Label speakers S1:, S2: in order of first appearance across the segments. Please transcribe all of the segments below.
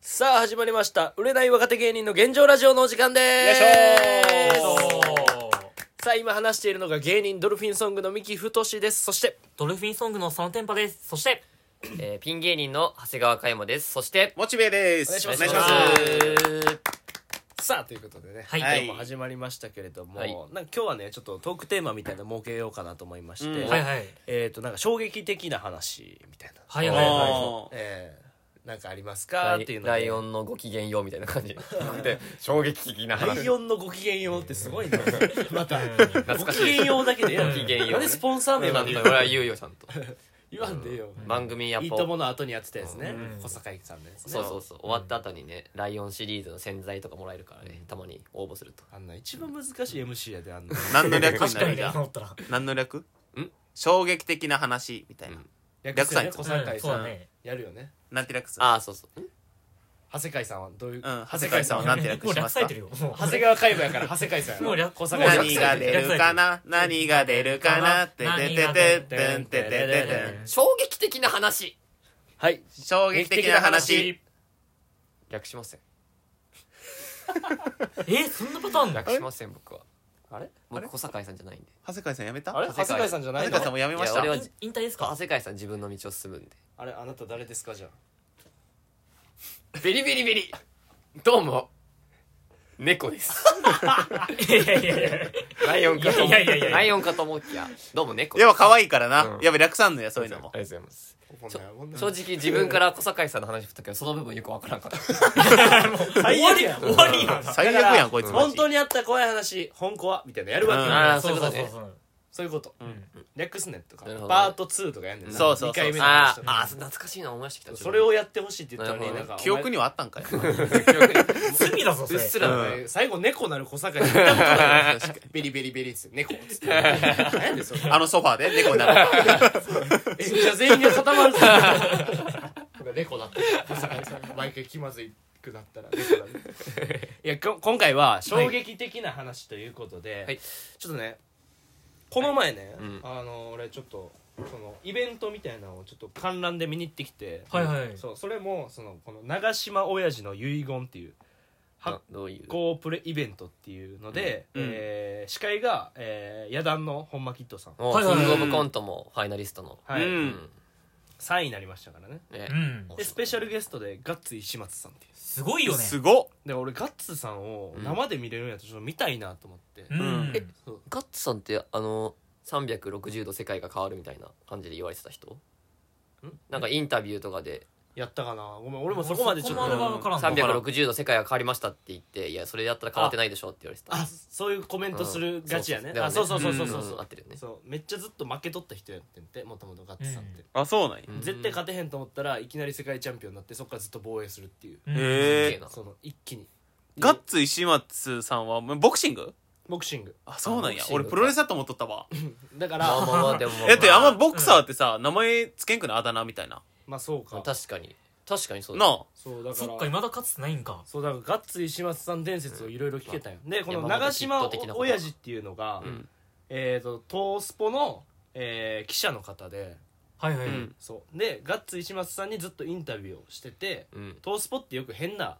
S1: さあ始まりました売れない若手芸人の現状ラジオのお時間ですさあ今話しているのが芸人ドルフィンソングの三木太ですそして
S2: ドルフィンソングのそのテンパですそして
S3: えーピン芸人の長谷川嘉山です。そして、
S4: モチベです。
S1: お願いしま
S3: お
S1: す
S3: 願い
S1: さあということでね、
S2: はい
S1: 今日も始まりましたけれども、
S3: はい
S1: なんか今日はねちょっとトークテーマみたいなの設けようかなと思いまして、
S4: うん
S2: はいはい
S1: えっ、となんか衝撃的な話みたいな、
S2: はいはいは
S4: あー
S1: えーなんかありますか
S3: ラ
S1: ってい
S3: イ
S1: うので
S3: ライオンのご機嫌ようみたいな 感じ。で、衝撃的な
S1: ラ
S3: 話。
S1: イオンのご機嫌ようってすごいねまた
S3: 懐
S1: ご
S3: かし
S1: 機
S3: いです
S1: 嫌ようだけでや
S3: ご機嫌ようね
S1: なんでスポンサー名まで言う
S3: 俺は言うよ、ちゃんと。
S1: 言わんでよ、
S3: 番組やっ
S1: いい
S3: ぱ、
S1: と
S3: そ
S1: も
S3: う
S1: の後にやってたやつね、
S2: うん
S1: 小坂井さんのやつね
S3: そうそう、終わった後にね、ライオンシリーズの洗剤とかもらえるからね、たまに応募すると。
S1: あんな一番難しい MC やであんな
S4: 何の略
S2: い
S4: に
S2: 確
S4: な
S2: か
S4: る
S2: に
S4: じゃ
S2: 思
S4: ん。
S2: ったら
S4: 何の略
S3: ん
S4: 衝撃的な話みたいな。
S1: 略すよね
S4: 略
S1: 小
S4: さ
S1: 坂井
S2: そう
S1: さ
S2: だ
S1: ん、
S2: ね
S1: やるよね
S4: なんて略す
S3: ああ、そうそう。ん
S1: 長谷川さんはどういう、
S4: 長谷川さんはなんて略
S2: もう
S4: しま
S2: 略
S4: す
S2: され
S4: か
S2: てるよもう
S1: 長谷川海部やから長谷川さんやろ
S2: もう略
S1: 小坂井さん
S4: 何が出るかな何が出るかなってててててんててててん
S3: 衝撃的な話
S1: はい
S4: 衝撃的な話
S3: 略しません。
S2: えそんなパターンだ
S3: 略しません、僕は。
S1: あれ
S3: 僕、小坂井さんじゃないんで。
S4: 長谷川さんやめた
S1: あれ
S4: 長
S1: 長谷川さんじゃない
S4: 谷
S1: の
S4: 川さんもやめまし
S3: いや
S4: た
S3: 俺は
S2: 引退です
S3: 長
S2: か
S3: 谷川さん自分の道を進むんで。
S1: あれあなた誰ですかじゃあ
S3: ビリビリビリどうも、猫です。
S2: いやいやいやいや
S3: ライオンかと 思っ
S2: いやいやいやいや
S3: ライオンかと思いきや、どうも猫
S4: やっぱ可愛いからな
S3: う。ん
S4: やっぱ略さんのや、そういうのも
S3: あ。りがとうございます。
S1: ちょ
S3: 正直自分から小堺さんの話振ったけど、その部分よくわからんかった。
S1: 最悪やん
S2: 終わりやな
S4: 最悪やん、こいつマ
S1: 本
S4: ジ。
S1: 当にあった怖い話本コはみたいなやるわけよ、
S4: うん
S3: あー
S2: そうそ
S3: そう
S2: うそ
S3: いううこ
S2: そう
S1: そういうこと、略すねんとか、
S3: なるほどね
S1: パート2とかやんねんな
S4: そうそうそう
S1: 二回目の話
S3: あ
S1: と
S3: あ、あ
S1: か
S3: ー懐かしいな、思い出してきた。
S1: それをやってほしいって言ったのに
S3: な
S1: な
S3: る
S1: んか
S3: ほ
S1: お前
S4: 記憶にはあったんかい。
S2: 罪だぞそう
S3: っ
S2: れ
S3: すら
S4: う
S3: ね、
S4: ん
S1: えー最後猫なる小坂井さん見たことないベリベリベリっつって猫っつって何やねんそれ
S4: あのソファーで猫になる。
S1: 演者全員が固まるから猫だって毎回気まずいくなったら猫だねいやこ今回は衝撃的な話ということで、
S3: はい
S1: ちょっとねこの前ね、
S3: うん
S1: あの俺ちょっとそのイベントみたいなのをちょっと観覧で見に行ってきて、
S2: はいはい
S1: そうそれもそのこの長島親父の遺言っていう
S3: はどういう。
S1: こうプレイベントっていうので、
S4: うん
S1: えー司会が、えー、野団の本間キッドさん、
S3: もう
S2: はいはい
S3: キングオブコントもファイナリストの。
S1: はい
S4: うん
S1: 3位になりましたからね
S3: ね
S2: うん
S1: でスペシャルゲストでガッツ石松さんっていう
S2: すごいよね
S4: すごっ。
S1: で俺ガッツさんを
S3: うん
S1: 生で見れるんやとちょっと見たいなと思って、
S2: うん
S3: えガッツさんって、あの、360度世界が変わるみたいな感じで言われてた人なんかインタビューとかで
S1: やったかなごめん俺もそこまでちょっ
S2: そことまでは分からん
S3: 360度世界が変わりましたって言っていやそれやったら変わってないでしょって言われてた
S1: あそういうコメントするガチやね、
S3: うん
S1: あそうそうそうそうそう
S3: うん
S1: そう
S3: 合ってるよね
S1: そうめっちゃずっと負けとった人やってんてもともとガッツさんって、
S4: あ、そうなんや。
S3: うん
S1: 絶対勝てへんと思ったらいきなり世界チャンピオンになってそっからずっと防衛するっていう
S2: うん
S3: すげえ
S4: へえ。
S3: な
S1: その一気に
S4: ガッツ石松さんは、ボクシング
S1: ボクシング
S4: あ、そうなん
S3: ボ
S4: や
S3: ク。シング
S4: 俺
S3: か
S4: プロレスだと思っとったわ。
S1: だから
S3: まあまあまあでもまあまあ
S4: えってあんまボクサーってさ、名前つけんくないあだ名みたいな。
S1: まあそうか
S3: 確かに確かにそうだ
S4: なあ。
S1: そうだか
S2: そっ
S1: ら
S2: か未だかつてないんか
S1: そうだからガッツ石松さん伝説をいろいろ聞けたよ、でこの
S3: 山本
S1: 長島
S3: ヒット的なこと
S1: 親父っていうのが、
S3: ん
S1: えっ、と東スポの、えー記者の方で
S2: はいはい
S4: うん
S1: そうでガッツ石松さんにずっとインタビューをしてて、
S3: うん
S1: 東スポってよく変な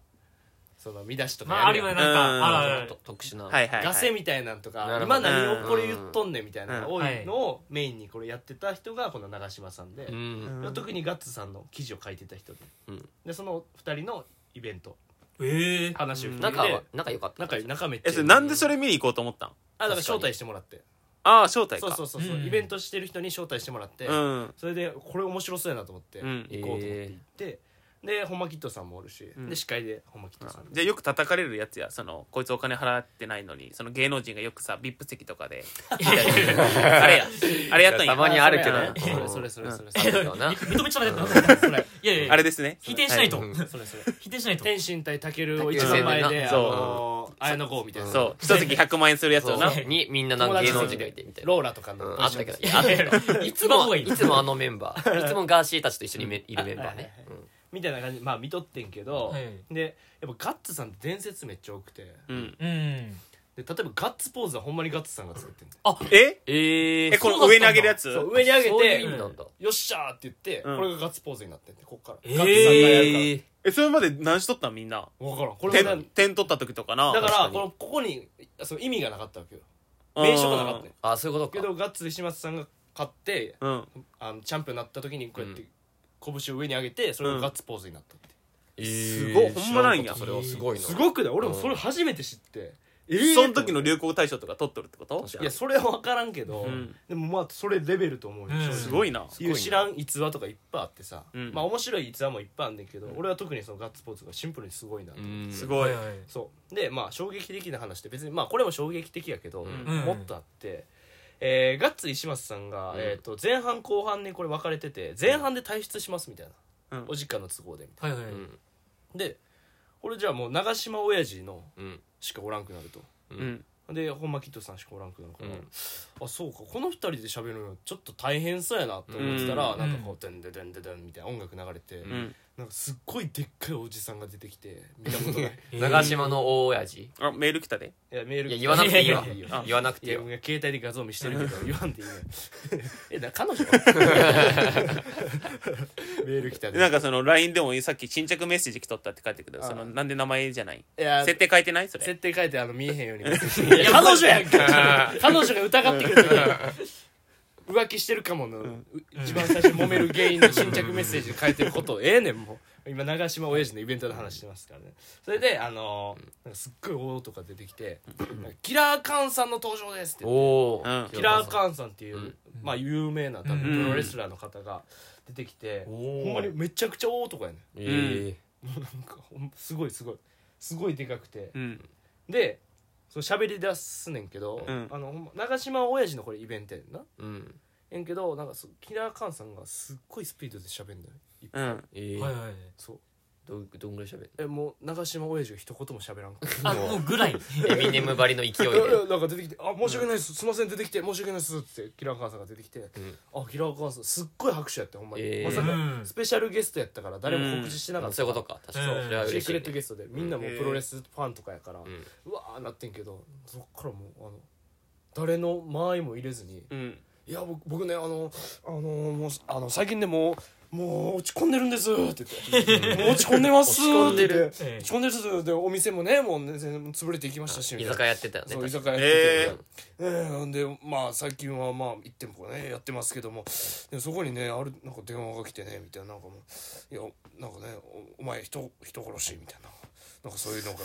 S1: その見出しと
S2: ま
S1: か
S2: ああ
S1: や
S2: る
S1: るやん
S2: よねなんかあるあるあ
S3: ちょっ
S2: る
S3: と特殊な
S4: はいはい、はい。
S1: ガセみたいなんとか、
S3: なるほ
S1: 今
S3: ど
S1: 何をこれ言っとんねんみたいなのが
S4: うん
S1: 多いのをメインにこれやってた人がこの長島さんで、
S3: うん
S4: うん
S1: 特にガッツさんの記事を書いてた人で
S3: うん
S1: でその2人のイベント
S2: ええ
S1: 話を聞いて
S3: 仲は仲良かった
S1: 仲仲めっちゃ
S4: え、
S1: いい
S4: それなんでそれ見に行こうと思ったん
S1: あだから招待してもらって
S4: ああ、招待
S1: そ
S4: か。
S1: うそうそうそう、
S2: うん
S1: イベントしてる人に招待してもらって、
S4: うん。
S1: それでこれ面白そうやなと思って
S4: う
S1: 行
S4: ん
S1: こうと思って行って、で本間キッドさんもおるし、
S4: ん
S1: で司会で本間キッドさん
S4: じゃあよく叩かれるやつや、その、こいつお金払ってないのに、その芸能人がよくさ、ビップ席とかで、あれや、あれやったん
S3: たま
S4: や。
S3: にあるけど
S1: あそれやねそれそれそれそれそれ
S3: そうだな
S2: 認めちゃダメだった
S1: それ
S2: いやいやいや
S4: あれですね。
S2: 否定しないと
S4: は
S1: それそれ
S2: 否定しないと
S1: 天心対たけるを一番前で、あ
S4: そう
S1: のー、綾野剛みたいな
S4: そう、一席100万円するやつ
S3: そ
S4: を
S3: う
S4: な。
S3: にみんななんか芸能人がいてみたいな
S1: ローラとかの、
S3: うんあったけどいやあったけど
S2: い
S3: いつ
S2: の方
S3: も
S2: がいい
S3: いつもあのメンバ ーいつもガーシーたちと一緒にめいるメンバーねうん
S1: みたいな感じでまあ見とってんけど、
S2: はい
S1: でやっぱガッツさんって伝説めっちゃ多くて、
S4: うん。
S2: うん
S1: で例えばガッツポーズはほんまにガッツさんが作ってんだよ
S4: え
S3: え
S4: えこの上に上げるやつ
S1: そう上に上げ
S3: そういう意
S1: て
S3: 味なんだ
S1: よっしゃーって言って、
S4: うん
S1: これがガッツポーズになってんでこっから、
S2: えー
S1: ガッツさんがやるから
S4: えそれまで何しとったんみんな
S1: 分からんこれもな
S4: 点点取った時とかな
S1: だか
S3: 確からに
S1: このここにその意味がなかったわけよ名称がなかったよ
S3: あそういうことか
S1: けどガッツ石松さんが勝って
S4: うんうん
S1: あのチャンピオンになった時にこうやって拳を上に上げてそれがガッツポーズになったって、
S3: す
S4: ごいほんまなんや
S3: それはすごいな
S1: すごくない俺もそれ初めて知ってえー
S4: その時の流行大賞とか取っとるってこと
S3: 確か
S1: いやそれは分からんけど、
S4: うん
S1: でもまあそれレベルと思うよ、
S2: うん
S1: 正直
S4: すごいな
S1: いう知らん逸話とかいっぱいあってさ、
S4: うん
S1: まあ面白い逸話もいっぱいあんねんけど、俺は特にそのガッツポーズがシンプルにすごいなと、
S3: うん
S4: す
S2: は
S4: ごい
S2: は
S1: そうでまあ衝撃的な話って別にまあこれも衝撃的やけど、
S4: ん
S1: もっとあって、えーガッツ石松さんが、
S3: うん
S1: えー、と前半後半にこれ分かれてて前半で退出しますみたいな、
S4: うん
S1: お時間の都合でみたい
S2: はいはい
S3: うん
S1: なで俺じゃあもう長島親父の
S3: うん
S1: しかおらんくなると
S4: う
S3: うん
S1: で本間キッドさんしかおらんくなるから、
S3: うん
S1: あそうかこの二人で喋るのちょっと大変そうやなって思ってたら、
S2: うん
S1: なんかこう「デンデデンデデン」みたいな音楽流れて、
S4: う
S3: うん
S1: なんかすっごいでっかいおじさんが出てきて見たことない
S2: えー
S3: 長島の大親父
S4: あメール来たで
S1: いやメール
S3: いや言わなくていいわ
S1: ややや
S3: 言わなく
S1: い
S3: ていい
S1: や
S3: わ
S1: 俺が携帯で画像見してるけど言わんでいいよ えな彼女メール来た
S4: でなんかその LINE でもさっき新着メッセージ来とったって書いてくる
S1: ああ
S4: そのなんで名前じゃない
S1: いや
S4: 設定書いてないそれ
S1: 設定変えてあの見えへんようにいや彼女やんか彼女が疑ってくる浮気してるかもの、一番最初に揉める原因の新着メッセージに変えてることええねんもう今長島親父のイベントの話してますからねそれであのーなんかすっごい大男が出てきて「なんかキラーカンさんの登場です」って言って
S3: おお
S4: うん
S1: キラーカーンさんっていう、
S3: うん
S1: まあ有名な多分
S4: うん
S1: プロレスラーの方が出てきて、ほんまにめちゃくちゃ大男やね
S3: え
S1: んなんかほんすごいすごいすごいでかくて
S4: う、ん
S1: でそう喋り出すねんけど、
S4: うん
S1: あのほんま長島親父のこれイベントやねんな
S3: ーうん
S1: やんけどなんかそうキラーカーンさんがすっごいスピードで喋んだよ
S4: うん
S3: えー
S2: はいはい
S1: そう
S3: どどんぐらい喋る
S1: えもう長島親父が一言も喋らんから
S2: あもうぐらい
S3: エミネムばりの勢い
S1: いやい
S3: で
S1: やなんか出てきて「あ申し訳ないです、すいません出てきて申し訳ないです」ってキラーカーンさんが出てきて
S3: うん
S1: 「あキラーカーンさんすっごい拍手やってほんまに、
S3: えー
S1: まさ
S2: う
S1: か
S2: ん
S1: スペシャルゲストやったから誰も告知してなか
S3: あ
S1: った、
S3: そういうことか確か
S2: う
S3: に
S2: ん
S3: それは
S1: シ
S3: 嬉
S1: ー
S3: しい
S1: クレット
S3: ね
S1: ゲストでみんなもう
S4: うん
S1: プロレスファンとかやから、う
S3: うん
S1: わーなってんけどそっからもうあの誰の間合いも入れずに
S4: うん
S1: 「いや僕僕ねあのあのもうあの最近でもうもう落ち込んでるんです」って言 って「もう落ち込んでます」って言って
S2: ええ
S1: 落ち込んでるんですでお店もねもうね全然潰れていきましたし
S3: 居酒屋やってたよね
S1: そう居
S3: 確か
S1: 酒屋やってて、ええなんでまあ最近はまあ1店舗ねやってますけどもでもそこにねあるなんか電話が来てねみたいななんかもういやなんかねおお前人人殺しみたいな。なんかそういうのが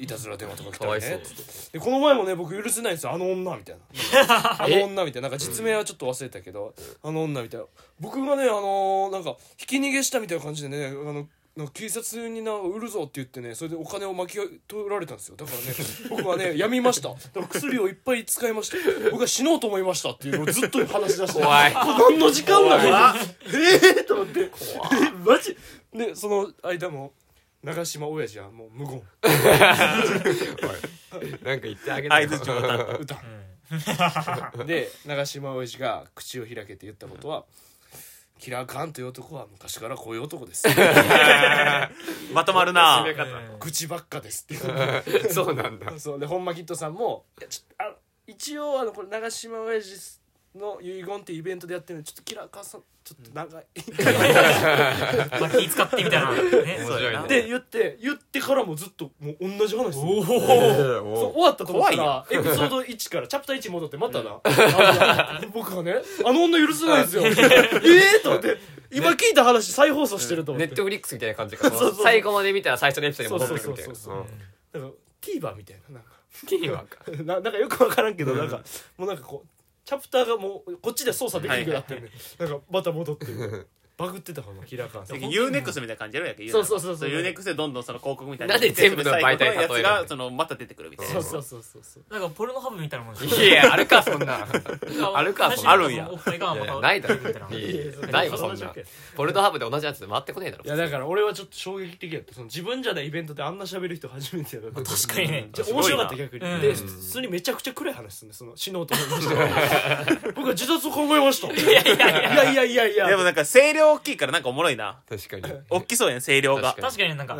S1: いたずら電話とか来たり
S3: かわ
S1: ね
S3: いそう
S1: つってでこの前もね僕許せないんですよあの女みたいな あの女みたいななんか実名はちょっと忘れたけどあの女みたいな僕がねあのーなんかひき逃げしたみたいな感じでねあのなんか警察にな売るぞって言ってねそれでお金を巻き取られたんですよだからね 僕はねやみましただから薬をいっぱい使いました僕は死のうと思いましたっていうのをずっと話し出して
S3: 怖い
S1: これ何の時間だこれええと思って怖 マジでその間も長島親父はもう無言
S3: になんか言ってあげ
S4: 合図状態
S1: 歌 で長島親父が口を開けて言ったことは「キラーカーンという男は昔からこういう男 です」
S4: まとまるな
S3: 攻め
S2: え
S3: 方
S2: え
S1: 口ばっかです」って
S3: そうなんだ
S1: そうで本間キッドさんもいやちょっとあの一応あのこれ長島親父の遺言っていうイベントでやってるのでちょっとキラーカーンさんちょっと長い、
S2: まあ気使ってみたいなね
S3: 面白いね
S1: で言って言ってからもずっともう同じ話するそう終わったと思ったらエピソード1からチ ャプター1戻ってまたな、 あの僕がねあの女許せないんですよ ええと思って今聞いた話再放送してると思
S3: ネ
S1: っ
S3: ッ
S1: て、
S3: トフリックスみたいな感じか
S1: そうそうそう
S3: 最後まで見たら最初のエピソードに戻ってくみたいな
S1: そうそうそうなんか TVer みたいななんか
S3: うんわか
S1: ななんかよく分からんけど、なんかもうなんかこうチャプターがもうこっちで操作できなくなってる、ねなんかまた戻って るバグってたかなキラー感さん
S4: UNEXT みたいな感じやろやけ
S1: そうそうそうそう
S4: UNEXT でどんどんその広告みたい
S3: なんで全部の媒体例えるの
S4: やつがそのまた出てくるみたいな
S1: そうそうそうそうそう
S2: なんかポルノハブみたいなもん
S3: いやあるかそんなんある かそんな
S4: あるんや
S2: おっぱいが
S3: い
S2: ま
S3: や
S2: た
S3: ないだろ
S2: 出てくるみたい
S3: いやいやないわそんなポルトハブで同じやつで回ってこねえだろ
S1: いやだから俺はちょっと衝撃的やったその自分じゃないイベントであんな喋る人初めてやった
S2: 確かにね
S1: じゃあ面白かった逆に、
S2: うん
S1: で普通にめちゃくちゃ暗い話すんねその死のうと思いました僕は自殺を考えましたいやいやいやいやいやいや
S4: でもなんか清涼量大きいからなんかおもろいな
S5: 確かに
S4: 大きそうやん声量が
S5: 確
S2: 確かになんか、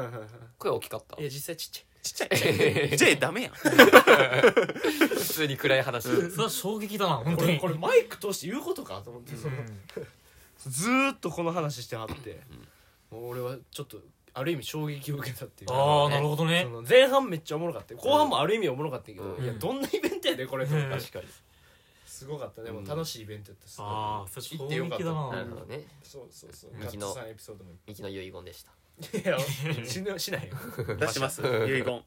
S3: 声大きかった
S1: いや実際ちっち
S4: ちっちゃい J ダメやん
S3: 普通に暗い話
S2: それは衝撃だな
S1: ゃい
S2: 本
S1: こ
S2: 当
S1: れ
S2: に
S1: これマイク通して言うことかと思ってそのずーっとこの話してはってもう俺はちょっとある意味衝撃を受けたっていう
S2: ああなるほどね
S1: その前半めっちゃおもろかった後半もある意味おもろかったけど、
S3: うん
S1: いやどんなイベントやでこれと思った
S2: うん
S1: 確かにすごかったでも
S3: うん
S1: 楽しいイベントやった
S2: ああそ
S1: 行
S2: れ衝
S1: ってよかっ
S2: 撃
S1: た
S2: だな
S3: なるほどね
S1: そうそうそうガッツ
S3: 右の
S1: さんエピソードもいっ
S3: ミキの遺言でした
S1: ぱいいや 死ぬしないよ
S4: 出します遺言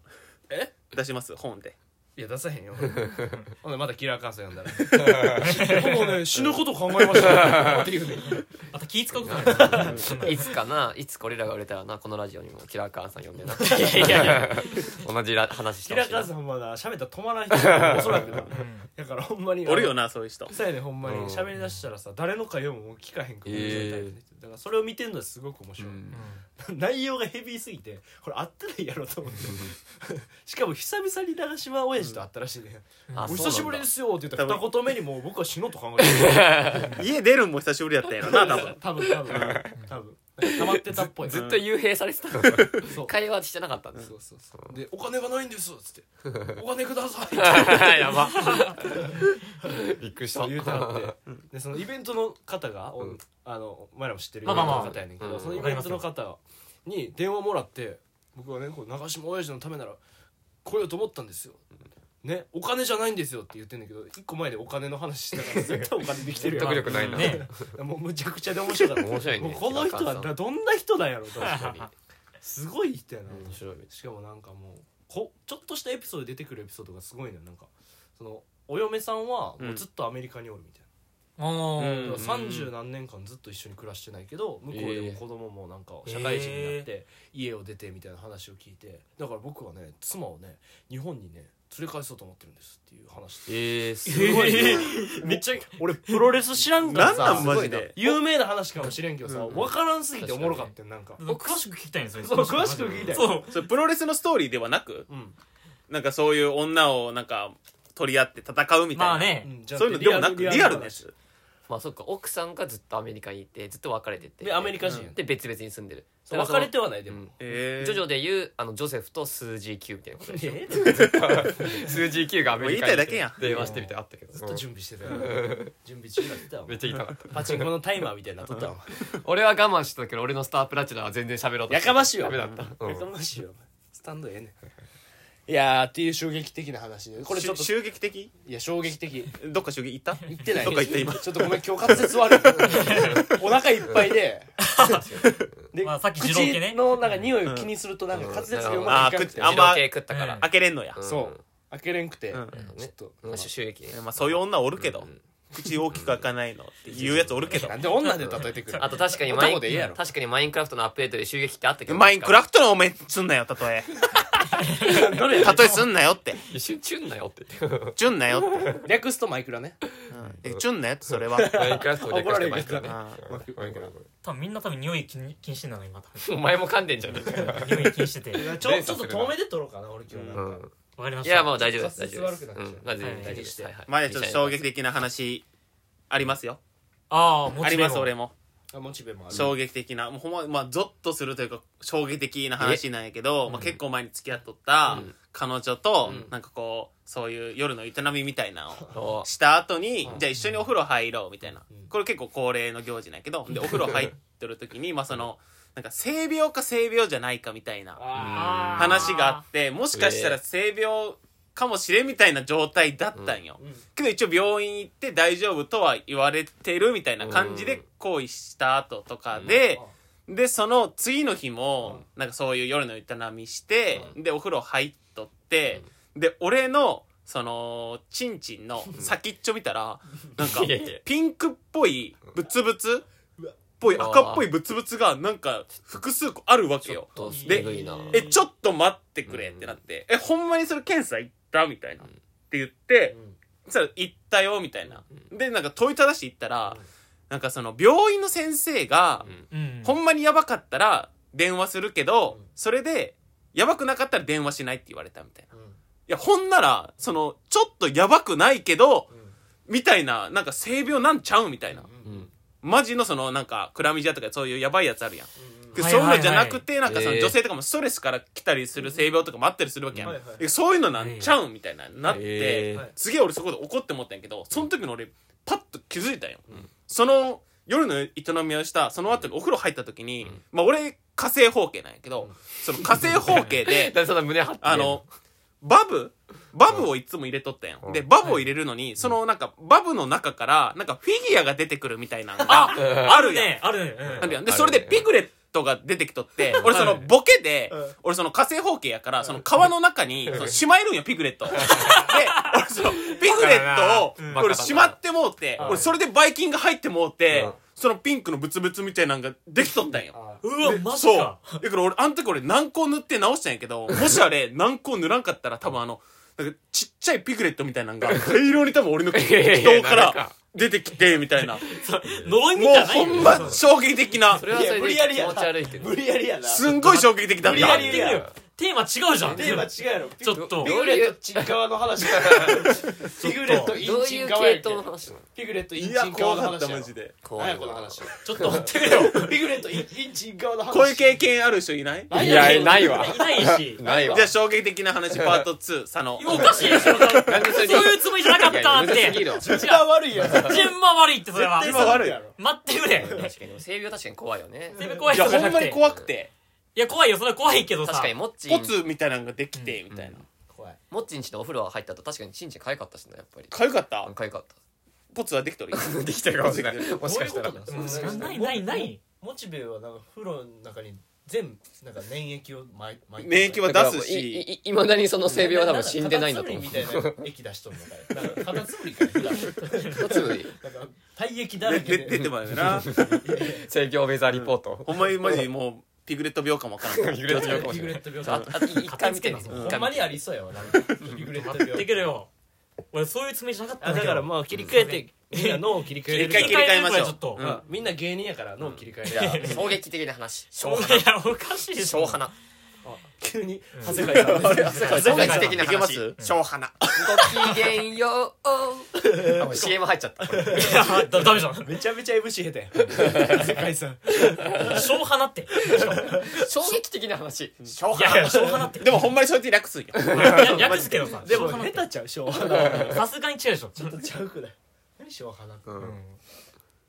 S4: え出します本で
S1: いや出さへんよ ほんでまたキラーカーサ読んだら ほぼね死ぬこと考えましたよっていうね
S2: あと気使うことない
S3: いつかないつこれらが売れたらなこのラジオにもキラーカーンさん呼んで な
S2: いやいやいや
S3: 同じら話し
S1: キ
S3: て
S1: ラー
S3: ほしい
S1: カー
S3: な
S1: サほんまな喋ったら止まらん 人やおそらくなだからほんまに
S4: おるよなそういう人
S1: そうやねほんまに
S5: うん
S1: 喋りだしたらさ誰の会話も聞かへんくなる状態の人だからそれを見てるのはすごく面白い、内容がヘビーすぎてこれあったらいいやろと思って しかも久々に長島親父と会ったらしいね「
S3: あ
S1: お久しぶりですよ」って言ったら
S4: 多
S1: 二
S4: 分
S1: 言目にもう僕は死のうと考えて
S4: 家出るんも久しぶりやったんや ろな多分
S1: る多分多分多分なんか溜まってたっぽい
S3: ずっと幽閉されてたの
S1: そう
S3: 会話してなかったんです
S1: そうそうそうで「お金がないんです」っつって「お金ください」って
S3: やば
S5: びっくりし
S1: そ
S5: た
S1: う言うては ってでそのイベントの方が、お
S5: うん
S1: あのお前らも知ってるイベ
S2: ま
S1: ン
S2: あ
S1: トの
S2: まあまあ
S1: 方やねんけど、
S3: うん
S1: そのイベントの方に電話もらって僕はねこう長島親父のためなら来ようと思ったんですよ、ね、お金じゃないんですよって言ってんだけど一個前でお金の話してた から絶対お金できてる
S5: 説
S1: よ
S5: 得力ないな、
S2: ね
S1: な もうむちゃくちゃで面白かった
S3: 面白いね
S1: もうこの人はなどんな人なんやろ確かにすごい人やな、
S3: 面白いね
S1: しかもなんかもうこちょっとしたエピソードで出てくるエピソードがすごいのよなんかそのお嫁さんはもうずっとアメリカにおるみたいな、
S2: あー
S4: うん
S1: 三十何年間ずっと一緒に暮らしてないけど向こうでも子供もなんか社会人になって家を出てみたいな話を聞いてだから僕はね妻をね日本にね連れ返そうと思ってるんですっていう話
S3: えー、す
S1: すごいねめっちゃ俺プロレス知らんからさ
S4: なんなんマジで
S1: 有名な話かもしれんけどさ分からんすぎておもろかったよなんか
S2: 僕詳しく聞きたいんですよ
S1: そう詳しく聞きたい
S2: そう
S4: それプロレスのストーリーではなく
S1: うん
S4: なんかそういう女をなんか取り合って戦うみたいな
S2: まあね
S1: うんじゃあ
S4: そういうのでもなくリアルなやつ
S3: まあそっか奥さんがずっとアメリカにいてずっと別れてて
S1: でアメリカ人
S3: で別々に住んでる
S1: そう別れてはないで
S3: で
S1: も
S3: も
S4: え
S3: ジョジョで言うあのジョセフと数字9みたいなことでしょ
S1: え
S5: 数字9がアメ
S4: もう
S5: リカ
S4: 言いたいだけやん
S5: 電話してみたいなのあったけど
S1: ずっと
S5: うん
S1: 準備してた よ準備中だったわ
S5: めっちゃ痛かった
S1: パチンコのタイマーみたいになっとったわ
S3: 俺は我慢してたけど俺のスタープラチナは全然喋ろうと
S1: やかましいわ
S5: ダメだった、うん
S1: やかましいよお前スタンドええねんいやーっていう衝撃的な話でこ
S4: こ
S1: れ
S4: れ
S1: ちょっと
S4: 襲撃的
S1: いや衝撃的
S4: どっか襲撃行った
S1: 言ってない
S4: どっか行った今
S1: ちょっとごめん今日滑舌悪いお腹いっぱいでで
S2: まあさっき二郎系ね
S1: 口のなんか匂いを気にするとなんか滑舌がうまくいかなくて
S4: うんあ
S3: あ
S4: ん
S3: ん
S4: ま
S3: ま系食ったから、
S2: うん
S4: 開けれんのや
S3: ん
S1: そう開けれんくて
S4: うん
S1: ちょっと
S3: まあ、収益ね
S4: まあそういう女おるけど
S3: ん
S4: 口大きく開かないのって言うやつおるけど
S1: なんで女で例えてくる
S3: あと確かにマイ
S1: 男
S3: ン
S1: でいいやろ
S3: 確かにマインクラフトのアップデートで襲撃ってあったけど
S4: マインクラフトのお前すんなよ 例え例えすんなよって
S3: 一瞬チュンだよって
S4: チュンなよって
S1: 略すとマイクラね
S4: えチュンなよってそれは
S5: マインクラフ トもでかしてマインクラ
S1: 怒
S5: ね
S4: あ
S5: マインクラマインクラ
S2: 多分みんな多分匂い気に気にしてんだな今多分
S3: お前も噛んでんじゃねえか
S2: 匂い気にしてて
S1: ちょちょっと遠目で撮ろうかな俺今日な
S5: うん
S1: か
S5: ん
S2: わかりま
S3: い
S2: した
S3: やもう大丈夫です大丈夫です、
S1: 滑舌悪くな
S3: う、
S1: っちゃうん
S3: まあ全然
S2: は
S3: 大
S2: い
S3: 丈夫です、はいはい、
S4: 前でちょっと衝撃的な話ありますよ
S2: ああも
S4: あります俺
S2: も
S4: も
S1: あモチベもある
S4: 衝撃的なもうほんままあゾッとするというか衝撃的な話なんやけど、まあ、結構前に付き合っとった
S3: うん
S4: 彼女と、
S1: うん
S4: なんかこうそういう夜の営みみたいなのを
S3: お
S4: した後に、
S1: うん
S4: じゃあ一緒にお風呂入ろうみたいな、
S1: うん
S4: これ結構恒例の行事なんやけどでお風呂入ってる時にまあそのなんか性病か性病じゃないかみたいな
S1: あ
S4: 話があってもしかしたら性病かもしれんみたいな状態だったんよ、
S1: ーうん
S4: けど一応病院行って大丈夫とは言われてるみたいな感じで行為した後とかで、でその次の日もなんかそういう夜の営みして、でお風呂入っとって、で俺のそのチンチンの先っちょ見たらなんか
S3: いやいや
S4: ピンクっぽいブツブツっぽい赤っぽいブツブツがなんか複数個あるわけよ
S3: どうす
S4: で
S3: えぐいな
S4: えちょっと待ってくれってなって、えほんまにそれ検査行ったみたいな、って言って、そしたら行ったよみたいな、でなんか問いただして行ったら、なんかその病院の先生が、
S2: うん
S4: ほんまにやばかったら電話するけど、それでやばくなかったら電話しないって言われたみたいな、
S1: うん
S4: いやほんならそのちょっとやばくないけど、
S1: ん
S4: みたいななんか性病なんちゃうみたいな、
S1: うん
S3: うん
S4: マジのそのなんかクラミジアとかそういうやばいやつあるやん、で
S2: はい
S4: そ
S2: は
S4: ういう
S2: いはい
S4: のじゃなくてなんかその
S3: えー
S4: 女性とかもストレスから来たりする性病とかもあったりするわけやん、
S1: はいはい
S4: でそういうのなんちゃうんみたいななって、
S5: え
S1: ー
S4: 次俺そこで怒って思ったんやけどその時の俺パッと気づいたんよ、その夜の営みをしたその後にお風呂入った時に、まあ俺火星方形なんやけど、その火星方形 で
S3: だそんな胸張って
S4: あの、バブバブをいつも入れとったやん。で、バブを入れるのに、そのなんか、バブの中から、なんかフィギュアが出てくるみたいなのが、あ
S2: あ
S4: る
S2: る
S4: やん。
S2: ね、あるね。うん
S4: あるやんで、
S5: あるね
S4: それでピグレットが出てきとって、俺そのボケで
S1: うん、
S4: 俺その火星方形やから、その川の中に、そのしまえるんよ、ピグレット。で、俺その、ピグレットを
S5: うん、
S4: 俺しまってもうて、
S1: うん
S4: 俺それでバイキンが入ってもうて
S5: うん、
S4: そのピンクのブツブツみたいなのができとったんよ。
S1: あ
S2: うわ、マジ
S4: そう。
S2: か。
S4: だから俺、あの時俺軟膏塗って直したんやけ ど、もしあれ軟膏塗らんかったら多分あの、なんかちっちゃいピグレットみたいなのが 大量に多分 俺の人か
S5: なん
S4: ら
S5: か
S4: 出てきて、みたい な。も
S2: 呪いみた
S4: う
S2: いない
S4: ほ
S2: よ
S4: んま衝撃的な
S3: そ。れはそれ
S1: いや無
S3: で
S1: 理
S3: 気
S1: やりやな
S3: 持ち悪いけど
S1: 無理やりやな
S4: すんごい衝撃的だっ
S2: 無理やり
S4: た。
S2: やってるよ。テーマ違うじゃん。
S1: テーマ違うやろ
S2: ちょっと
S1: ピグレットチン側の話ピグレットイ
S3: どう
S1: ンチ
S3: い
S1: ン
S3: う
S1: 側や
S3: 系
S1: けど
S3: 統の話なの
S1: ピグレットイン
S4: い
S1: チ
S4: や、
S1: ン側
S4: 怖
S1: の
S4: か
S1: 話や
S4: った、マ
S1: ろ
S4: ジで。
S1: 何
S3: 怖い
S1: やこの話
S2: ちょっと待ってくれよ。
S1: ピグレットインインチン側の話
S4: こういう経験ある人いない
S1: ない
S5: い
S1: や
S5: やないわ
S2: いない し。
S5: ないわ
S4: じゃあ衝撃的な話、パート2、佐 野。
S2: おかしいでしょ、そういうつもりじゃなかったっ
S5: いや
S2: て。
S5: むずすぎる
S1: 一番悪いやつ
S2: 順番悪いって、それは。
S4: 絶対悪い
S1: やろ
S2: 待ってくれ。
S3: 確かに性病は確かに怖いよね
S2: 全部怖い
S4: いや、
S2: 人じゃ
S4: ほ
S2: なん
S4: まに
S2: くて。い
S4: 怖くて、
S2: や、怖いよ、それは怖いけどさ。
S3: 確かにモッチ
S4: ポ
S3: ン
S4: ツみたいなのができて、みたいな。
S1: 怖い
S3: モッチンちのお風呂入った後確かにチンチンかゆかったしなやっぱり
S4: かゆかった
S3: かゆかっ
S4: ポツはできとる
S5: できてるかもしれないもしかしたら
S1: どういうこ
S5: う
S1: と
S5: ん
S1: だ
S2: うんないないない。
S1: モチベはなんか風呂の中に全なんか粘液をまい巻いて
S4: 免疫は
S3: た
S4: 出すし。
S3: いいいまだにその性病は多分死んでないんだと思う
S1: カタツムリみたいな液出しとるのかよなんかカタツムリかよ普段
S3: 一つぶり
S1: なんか体液だらけ
S4: で出
S1: で
S4: てまうよな
S5: 制御ウェザーリポート
S4: ほんまにマジもうピグレット病かもわ からん
S5: 揺れてるかも
S1: ピ
S5: し
S1: グ
S5: れ
S1: レ
S5: ない
S1: ット病
S3: あとあと一回見てみて
S2: 片付けな
S1: ほんまにありそうやわなんかピグレット
S2: 待って
S1: 病
S2: くれよ。俺、そういうつもりじゃなかった
S1: あ
S2: ん
S1: だ
S2: だ
S1: からまあ切り替えてみんな脳を切り替える
S4: 切り替え切り替えましょう
S2: ちょっと
S4: う。ん
S1: うんみんな芸人やから脳を切り替える
S3: 衝撃的な話
S2: いや、おかしいでし
S3: 小
S2: ょ。
S3: 花
S1: 急に長谷川さんです
S3: 衝撃
S4: 的
S3: 的な
S4: な話いけま
S3: 話
S4: す小花
S3: ごきげんようあもう CM 入っちゃった
S2: いや、だダメじゃん。
S1: めちゃめちゃ MC 下手や 世界さん
S2: 小花って。
S3: 衝撃的な話小
S2: いやいや、小花って。
S4: でもほんまにそいつ楽すんよ
S2: いや、略すけどさ。
S1: でも
S2: 小花って
S1: 下手ちゃう昭和花
S2: さすがに違うでしょ。
S1: ちょっとちゃうくない何昭和花って
S5: うん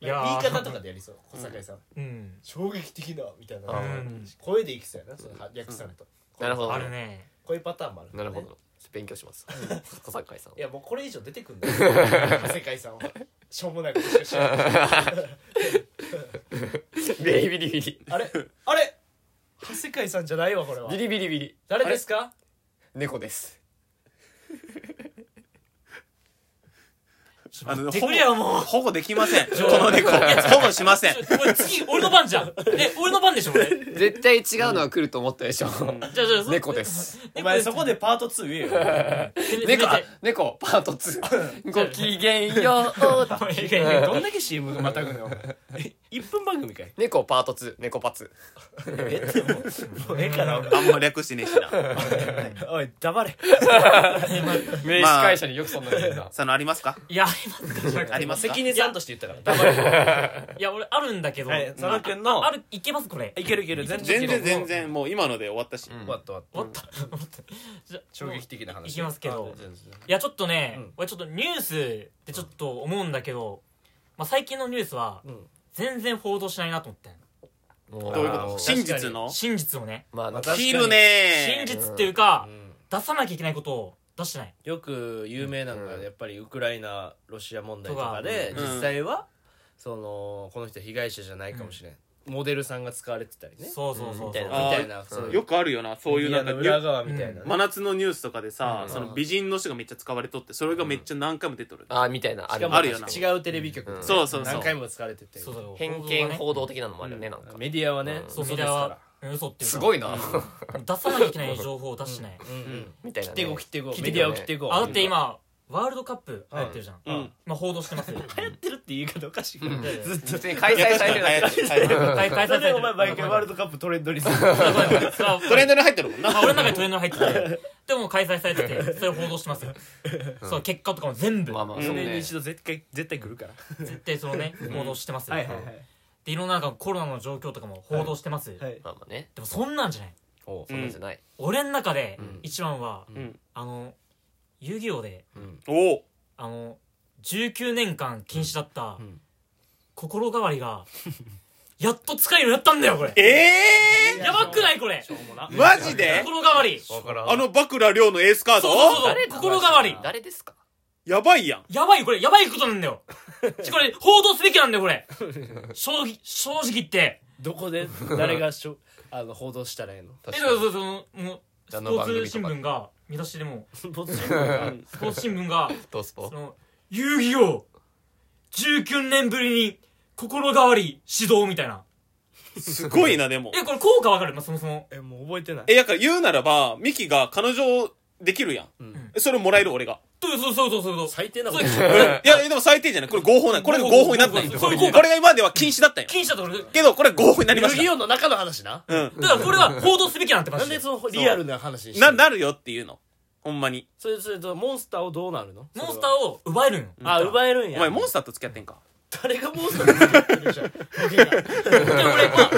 S2: いや
S1: 言
S2: ー
S1: い方とかでやりそう小堺さん
S2: うん。
S1: 衝撃的なみたいな
S2: うん
S1: 声でいきそうやなその略さんと
S3: なるほど
S2: あるね。
S1: こういうパターンもある
S3: なるほど勉強します小坂井さん
S1: いやもうこれ以上出てくんだよ世界 さんはしょうもないことしかしない
S3: ビリビリビリ
S1: あれあれ世界さんじゃないわこれは
S3: ビリビリビリ
S1: 誰ですか
S3: 猫です
S4: あの
S2: で
S4: 保
S2: く
S4: 護
S2: れよ、もう。
S4: 保護できませんこの猫保護しません
S2: これ次、俺の番じゃん。え、俺の番でしょ、俺。じ
S3: 絶対違うのが来ると思ったでしょ
S2: ゃあじゃあ、そ
S3: 猫です
S1: お前そこでパート2言えよ
S3: 猫
S2: 猫
S3: あ猫パート2ごきげんよう
S1: どんだけ CM またぐの1分番組かい
S3: 猫パート2猫パツ
S1: えってもうもうええから
S4: あんま略してねえしな
S1: おい黙れ
S5: 名司会者によくそんなの言うな
S4: そのありますか
S2: いや、ありますか
S4: ありますか
S1: 関根さんとして言ったから黙れ
S2: いや、俺あるんだけど。
S1: はい佐野
S2: あ
S1: くんの
S2: ある、いけます、これ。
S1: いけるいける全
S4: 全
S1: 然
S4: 然全然もう今ので終わったし
S1: 終わった終わった
S2: 終わった。終わったじゃあ
S1: 衝撃的な話
S2: いきますけど
S1: あ全然
S2: いやちょっとね、
S1: うん
S2: 俺ちょっとニュースでちょっと思うんだけど、まあ、最近のニュースは
S1: うん
S2: 全然報道しないなと思って
S3: ど
S4: どういうこと
S1: 確かに
S4: 真実の
S2: 真実をね
S3: まあなんか
S1: 確かに
S4: 切る
S2: 真
S4: ね
S2: 実っていうか
S1: う、ん
S2: 出さなきゃいけないことを出してない
S1: よく有名なのがやっぱりウクライナロシア問題とかで
S4: とかうん
S1: 実際はそのこの人被害者じゃないかもしれんモデルさんが使われてたりね
S2: そうそうそう
S3: みた
S2: そう、
S3: いな
S4: あー
S1: みたいなそういう
S4: よくあるよなそういうなんか
S1: メディアの裏側みたいなね
S4: 真夏のニュースとかでさ
S3: うん
S4: その美人の人がめっちゃ使われとってそれがめっちゃ何回も出とる
S3: あーみたいなあ
S1: しか
S3: る
S1: も
S4: あるよな
S1: 違うテレビ局
S3: うん
S1: で
S4: そうそうそう
S1: 何回も使われてて
S2: そうだよ
S3: 偏見
S2: 報
S3: 報道的なのもあるよねなんか
S1: メディアはね
S3: うん
S2: 道がねそう
S1: 嘘
S2: メ
S1: です
S2: ディ
S1: か
S2: アは嘘っていうか
S3: すごいな
S2: 出さなきゃいけない情報を出してない、
S1: らうんうん
S3: みたい
S1: 切
S3: な
S1: っ
S3: ね
S1: ていこう切っていこう
S3: 切
S1: メ
S3: って
S1: デ
S3: いこう
S1: ィアを切っていこう
S2: あだって今、ワールドカップ流行ってるじゃん、
S4: うん
S2: まあ、報道し てますよ
S1: 流行ってるって言い方おかしいから
S3: うん
S1: ずっ
S3: 普通に開催されてるだけだし
S2: 開催さ
S1: と
S2: れて
S1: で
S2: る
S1: お前毎回ワールドカップトレンドにする
S4: トレンドに入ってるもんな
S2: まあ、俺の中にトレンドに入っててでも開催されててそれを報道してますよ、そう結果とかも全部、
S3: まあまあ
S4: うん
S3: そう
S1: 年に
S3: ね
S1: 一度絶対絶対来るから
S2: 絶対そのね報道してますよ、
S1: い
S2: でいろんななんかコロナの状況とかも報道してます、
S1: はい
S3: まあまあね
S2: でもそんなんじゃない
S3: おそんなんじゃない
S2: 俺の中で
S3: うん
S2: 一番は、
S4: ん
S2: あの遊戯王で
S4: おお
S2: あの19年間禁止だった
S3: うん
S2: 心変わりが やっと使えるようになったんだよこれ
S4: ええ
S2: やばくないこれ
S4: ー、マジで
S2: 心変わり
S5: わからん
S4: あのバクラ亮のエースカード
S2: そうそうそう心変わり
S3: 誰ですか
S4: やばいやん
S2: やばいこれやばいことなんだよ ちょこれ報道すべきなんだよこれ正直正直言って
S1: どこで誰がしょあの報道したらええの
S2: え
S3: 確
S2: そ
S3: かに
S2: うそうそうもうスポ
S3: 何の番組と
S2: ー
S3: か
S2: ツ新聞が見出しでも
S1: スポーツ新聞が
S2: スポーツ新聞が
S3: どうすぽ
S2: その遊戯王19年ぶりに心変わり指導みたいな
S4: すごいなでも
S2: えこれ効果わかるまあそもそも
S1: えもう覚えてない
S4: えだから言うならばミキが彼女できるやん、
S3: ん
S4: それもらえる俺が
S2: そうそうそうそうそうそう
S1: 最低な こと
S2: そう
S4: いやでも最低じゃないこれ合法なんこれが合法になったんよ
S2: そ
S4: こ
S2: う
S4: れ
S2: そうそう
S4: が今では禁止だったんよ
S2: 禁止だと俺だ
S4: けどこれ合法になりま
S1: 遊
S4: し
S1: 戯
S4: た
S1: 王の中の話な
S4: うん
S2: からこれは報道すべきなんてマ
S1: なん
S2: ジ
S1: で
S2: で
S1: そのリアルな話にして
S4: な
S1: る
S4: なるよっていうのほんまに
S1: それそれとモンスターをどうなるの
S2: モンスターを奪えるんよ
S1: ーあ奪えるん
S4: お
S1: や
S4: 前モンスターと付き合ってんか
S1: 誰がモンスターって言ってるじゃんボケが
S2: でも俺、まあ、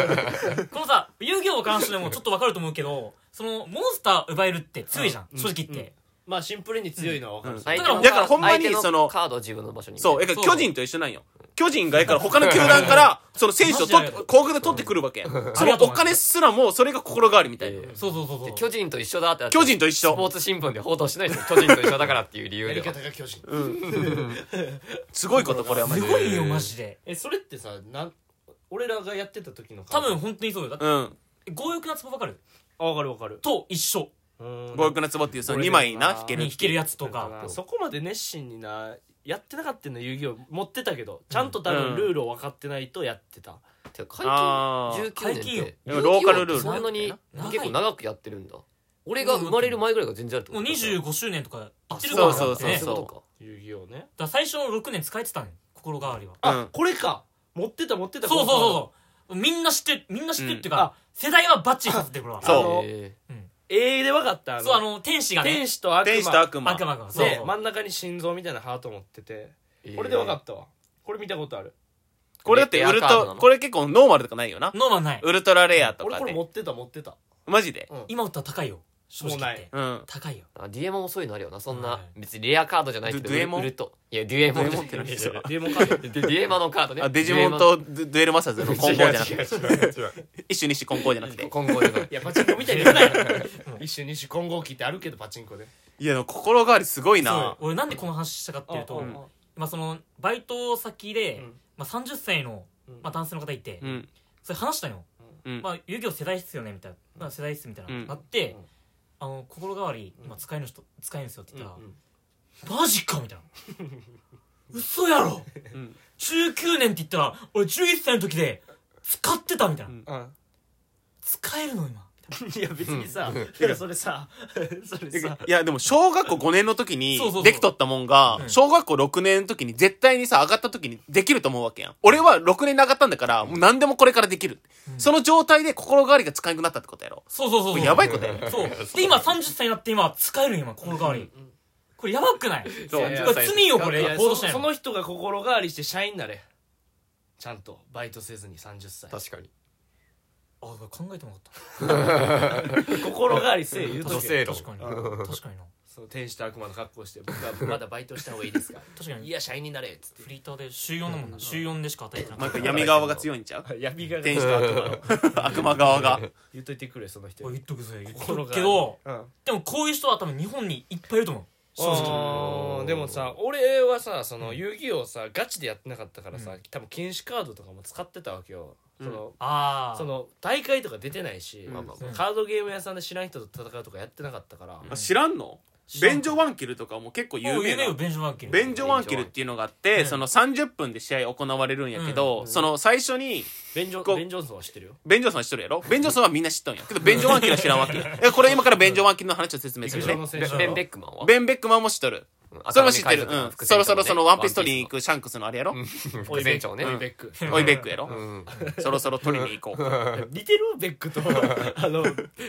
S2: このさ、遊戯王の関してでもちょっとわかると思うけど、その、モンスター奪えるって強いじゃん、正直言って。
S1: まあシンプルに強いのは分かるし
S3: 相手
S2: だから
S3: の
S4: だからほんまに
S3: 相手の
S4: その
S3: カードを自分の場所に
S4: そうえだか
S2: そ
S4: ら
S2: う
S4: 巨人と一緒なんよ巨人がえから他の球団 からその選手を取って
S2: マジで
S4: 高額で取ってくるわけやんそ
S2: あり
S4: の
S2: がとう
S4: お金すらもそれが心変わりみたいな
S2: そうそうそうそう。
S3: 巨人と一緒だって
S4: 巨人と一緒
S3: スポーツ新聞で報道しないですよ巨人と一緒だからっていう理由
S1: や
S3: で
S1: り
S3: は
S1: 方が巨人
S4: すごいことこれはマ
S2: す
S4: ジで
S2: ごいよ、マジで。
S1: えそれってさなん俺らがやってた時の
S2: 多分本当にそうよ。だって、
S4: うん
S2: 強欲なツボわかる
S1: あ分かる分かる
S2: と一緒
S4: 強欲なツボっていうその2枚な引ける
S2: に
S4: っ
S2: 弾け
S4: て
S2: る
S4: いう
S2: やつと
S1: なん
S2: か
S1: な。そこまで熱心になやってなかったの遊戯王持ってたけどちゃんと多分ルールを分かってないとやってた、
S3: てか
S4: あー
S3: 解禁
S2: 解禁
S3: 19年
S2: よ
S3: って
S4: でもローカルルール
S3: そんなに
S2: 長い
S3: 結構長くやってるんだ俺が生まれる前ぐらいが全然あるってこ
S2: もう
S3: と
S2: 25周年とか言ってるから
S4: そ
S2: ね。
S4: うそうそう
S2: だか
S4: そう
S3: か
S1: 遊戯王ね
S2: ら最初の6年使えてたのよ、心変わりは。
S4: うん
S1: あ、これか持ってた持ってた
S2: そうそうそう。みんな知って、みんな知ってるっていう
S1: うん
S2: か
S1: あ、
S2: 世代はバッチリさせてる、これは。
S4: そう
S3: へ
S1: 英で分かったあの
S2: そう、あの、天使がね
S1: 天、使と悪魔
S4: 天使と悪魔
S2: 悪魔が。そう
S1: で。真ん中に心臓みたいなハート持ってて
S3: ー
S1: これで分かったわこれ見たことある
S4: これだってウル
S3: レアカードな
S4: ト
S3: の
S4: これ結構ノーマルとかないよな
S2: ノーマンない。
S4: ウルトラレアと
S1: 俺
S4: か
S1: これ
S4: で
S1: 持ってた持ってた
S4: マジで
S2: 今売ったら高いよ正
S1: も
S2: 直
S1: う
S2: 言
S1: な
S2: っ
S1: い
S2: て
S4: うん
S2: 高いよ
S3: あデュエモンもそういうのあるよなそん
S2: は
S3: な別にレアカードじゃないけ
S4: デ
S3: ど
S4: ュデュエモン
S3: 売るといやデュエモンじゃない
S4: デュエモンって
S3: そう
S1: デモカード
S3: デュエマのカードね
S4: あデジモンとデデュエルマスターズの混合じゃなくて一種二種混合じゃなく
S3: デュエマ
S4: て
S3: 今後での
S1: いやパチンコみたいに言うなよ一種二種混合機ってあるけどパチンコで
S4: いやでも心変わりすごい
S2: そう
S4: な
S2: 俺なんでこの話したかっていうと
S1: うん
S2: まあそのバイト先で
S1: うん
S2: まあ30歳の
S1: うん
S2: まあ男性の方いて
S4: うん
S2: それ話したよ
S4: うん
S2: まあ遊戯王世代っすよねみたいなまあ世代っすみたいな
S4: うん
S2: なって
S1: うん
S2: あの心変わり今使える人使えるんですよって言っ
S1: うんうん
S2: たらマジかみたいな嘘やろ
S4: うん
S2: 19年って言ったら俺11歳の時で使ってたみたいな
S4: うん
S2: 使えるの今
S1: いや別にさ、でもそれさ、それさ、
S4: いやでも小学校5年の時に
S2: そうそうそう
S4: できとったもんが
S2: うん
S4: 小学校6年の時に絶対にさ上がった時にできると思うわけやん俺は6年で上がったんだからもう何でもこれからできるその状態で心変わりが使えなくなったってことやろ
S2: そうそうそ
S4: こ
S2: うそ
S4: れ
S2: う
S4: やばいことやろ
S2: そう。で、今30歳になって今使えるん今、心変わり。これやばくない
S4: そう
S1: いやいや
S2: これ罪よ、こ
S1: い
S2: れ。
S1: や
S2: 報
S1: そ
S2: 道しない
S1: そ
S2: の。
S1: の人が心変わりして社員になれ。ちゃんと、バイトせずに30歳。
S5: 確かに
S2: あ、これ考えてもなかっ
S1: 心変わりせえ言う
S2: た。
S1: と
S5: 女
S1: け。
S5: 性論
S2: 確かに。確かにな。
S1: その天使と悪魔の格好して、僕はまだバイトした方がいいですか
S2: 確かに
S1: いや、社員になれっつって。
S2: フリーターで週4だもんな。週4でしか与えてな
S4: ま
S2: か
S4: あ
S2: った。
S4: 闇側が強いんちゃう
S1: 闇が
S4: 天使と悪 魔の悪魔側が
S1: 言っといてくれ、その人
S2: おい
S1: に。
S2: 言っとくぜ。言っと
S1: 心
S2: く
S1: が
S2: けど、
S1: うん。
S2: でもこういう人は多分日本にいっぱいいると思う。正直。
S1: あーでもさ俺はさその遊戯王さガチでやってなかったからさ、多分禁止カードとかも使ってたわけよ、その
S2: ああ。
S1: その大会とか出てないし、
S3: まあまあ
S1: その
S2: うん
S1: カードゲーム屋さんで知らん人と戦うとかやってなかったから、
S4: あ知らんの
S2: 知らん
S4: ベンジョワンキルとかも結構有
S2: 有
S4: 名
S2: 名
S4: な
S2: よ、ベンジョマンキル。
S4: ベンジョワンキルっていうのがあって、
S2: うん
S4: その30分で試合行われるんやけど、
S1: ん
S4: その最初に
S1: ベンジョ
S4: こ
S1: ベン・ジョンソンは知ってるよ
S4: ベンジョンソン知っとるやろベンジョンソンはみんな知っとんやけどベンジョワンキルは知らんわけやこれ今からベンジョワンキルの話を説明す
S1: 陸
S4: る
S1: 上
S4: ね
S1: の選
S3: ベ
S1: 手
S3: ベンベックマンは
S4: ベン・ベックマンも知っとる
S3: うん
S4: それも知ってる。
S3: 赤
S4: う
S3: 髪海賊
S4: ん
S3: の。副
S4: そ
S3: 船
S4: ろ
S3: 長
S4: そろその
S3: ね
S4: ワンピース取りに行くシャンクスのあれやろ
S3: 副船長ね
S1: オイベック
S4: オイベックやろ
S3: うん
S4: そろそろ取りに行こう。
S1: 似てるベック とあの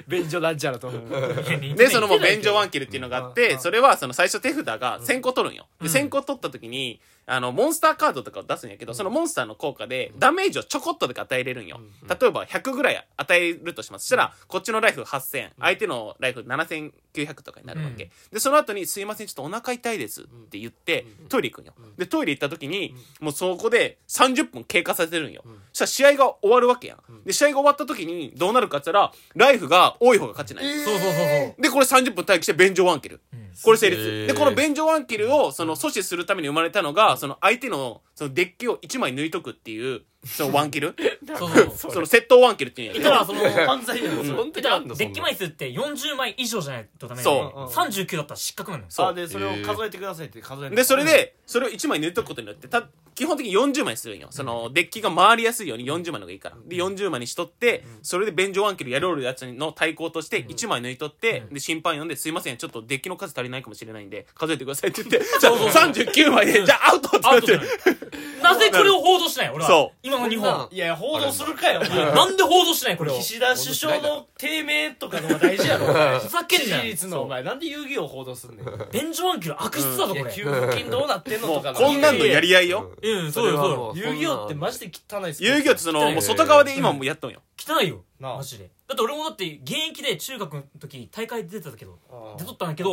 S1: 便所なんちゃらと
S4: で、そのもう便所ワンキルっていうのがあって、それはその最初手札が1000個取るんよ。で、1000個取った時に、あの、モンスターカードとかを出すんやけど、そのモンスターの効果でダメージをちょこっとだけ与えれるんよ。例えば100ぐらい与えるとします。そしたら、こっちのライフ8000、相手のライフ7900とかになるわけ。で、その後に、すいません、ちょっとお腹痛いですって言って、トイレ行くんよ。で、トイレ行った時に、もうそこで30分経過させるんよ。そしたら試合が終わるわけやん。で、試合が終わった時にどうなるかって言ったら、ライフが多い方が勝ちない。
S2: そうそうそうそう
S4: で、これ30分待機して便所ワンキル。これ成立。
S3: へー
S4: で、この便所ワンキルを、その阻止するために生まれたのが、その相手の、そのデッキを1枚抜いとくっていう、そのワンキ ル。
S2: そうそうそう
S4: その窃盗ワンキルっていうんや
S2: い
S4: け
S2: た
S4: ど。
S2: らその犯罪だよ
S3: ん
S2: いたらデッキ枚数って40枚以上じゃないとダメな
S4: そう
S2: 三39だったら失格なのよ
S4: そう
S1: あでそれを数えてくださいって数えて
S4: で、それで、それを1枚抜いとくことによって、た、基本的に40枚するんよ。その、デッキが回りやすいように40枚の方がいいから。で、40枚にしとって、それで便所ワンキルやろうるやつの対抗として1枚抜いとって、で、審判呼んで、すいません、ちょっとデッキの数足りないかもしれないんで、数えてくださいって言って、じゃあ39枚で、じゃあアウトって
S2: ア
S4: な
S2: ウ
S4: っ
S2: トじ
S4: て
S2: ゃない。なぜこれを報道しない俺
S4: そ
S2: は
S4: う
S2: 今の日
S3: そんな
S2: 本
S1: いや報道するかよお前
S2: なんで報道しないこれを
S1: 岸田首相の低迷とかの方が大事やろお前
S2: ふざけんなよ
S1: 支持率のお前なんで遊戯王報道すんねん
S2: 便所暗記の悪質だぞこ
S1: いや
S2: れ
S1: 給付金どうなってんのとかの
S4: こんなんのやり合いよ。
S2: うんそうよそうよ
S1: 遊戯王ってマジで汚いっす
S4: 遊戯王ってその、もう外側で今もうやっとんよ。
S2: 汚いよ
S1: なあ
S2: マジでだって俺もだって現役で中学の時大会出てたけど
S1: 王
S2: 出とったんだけど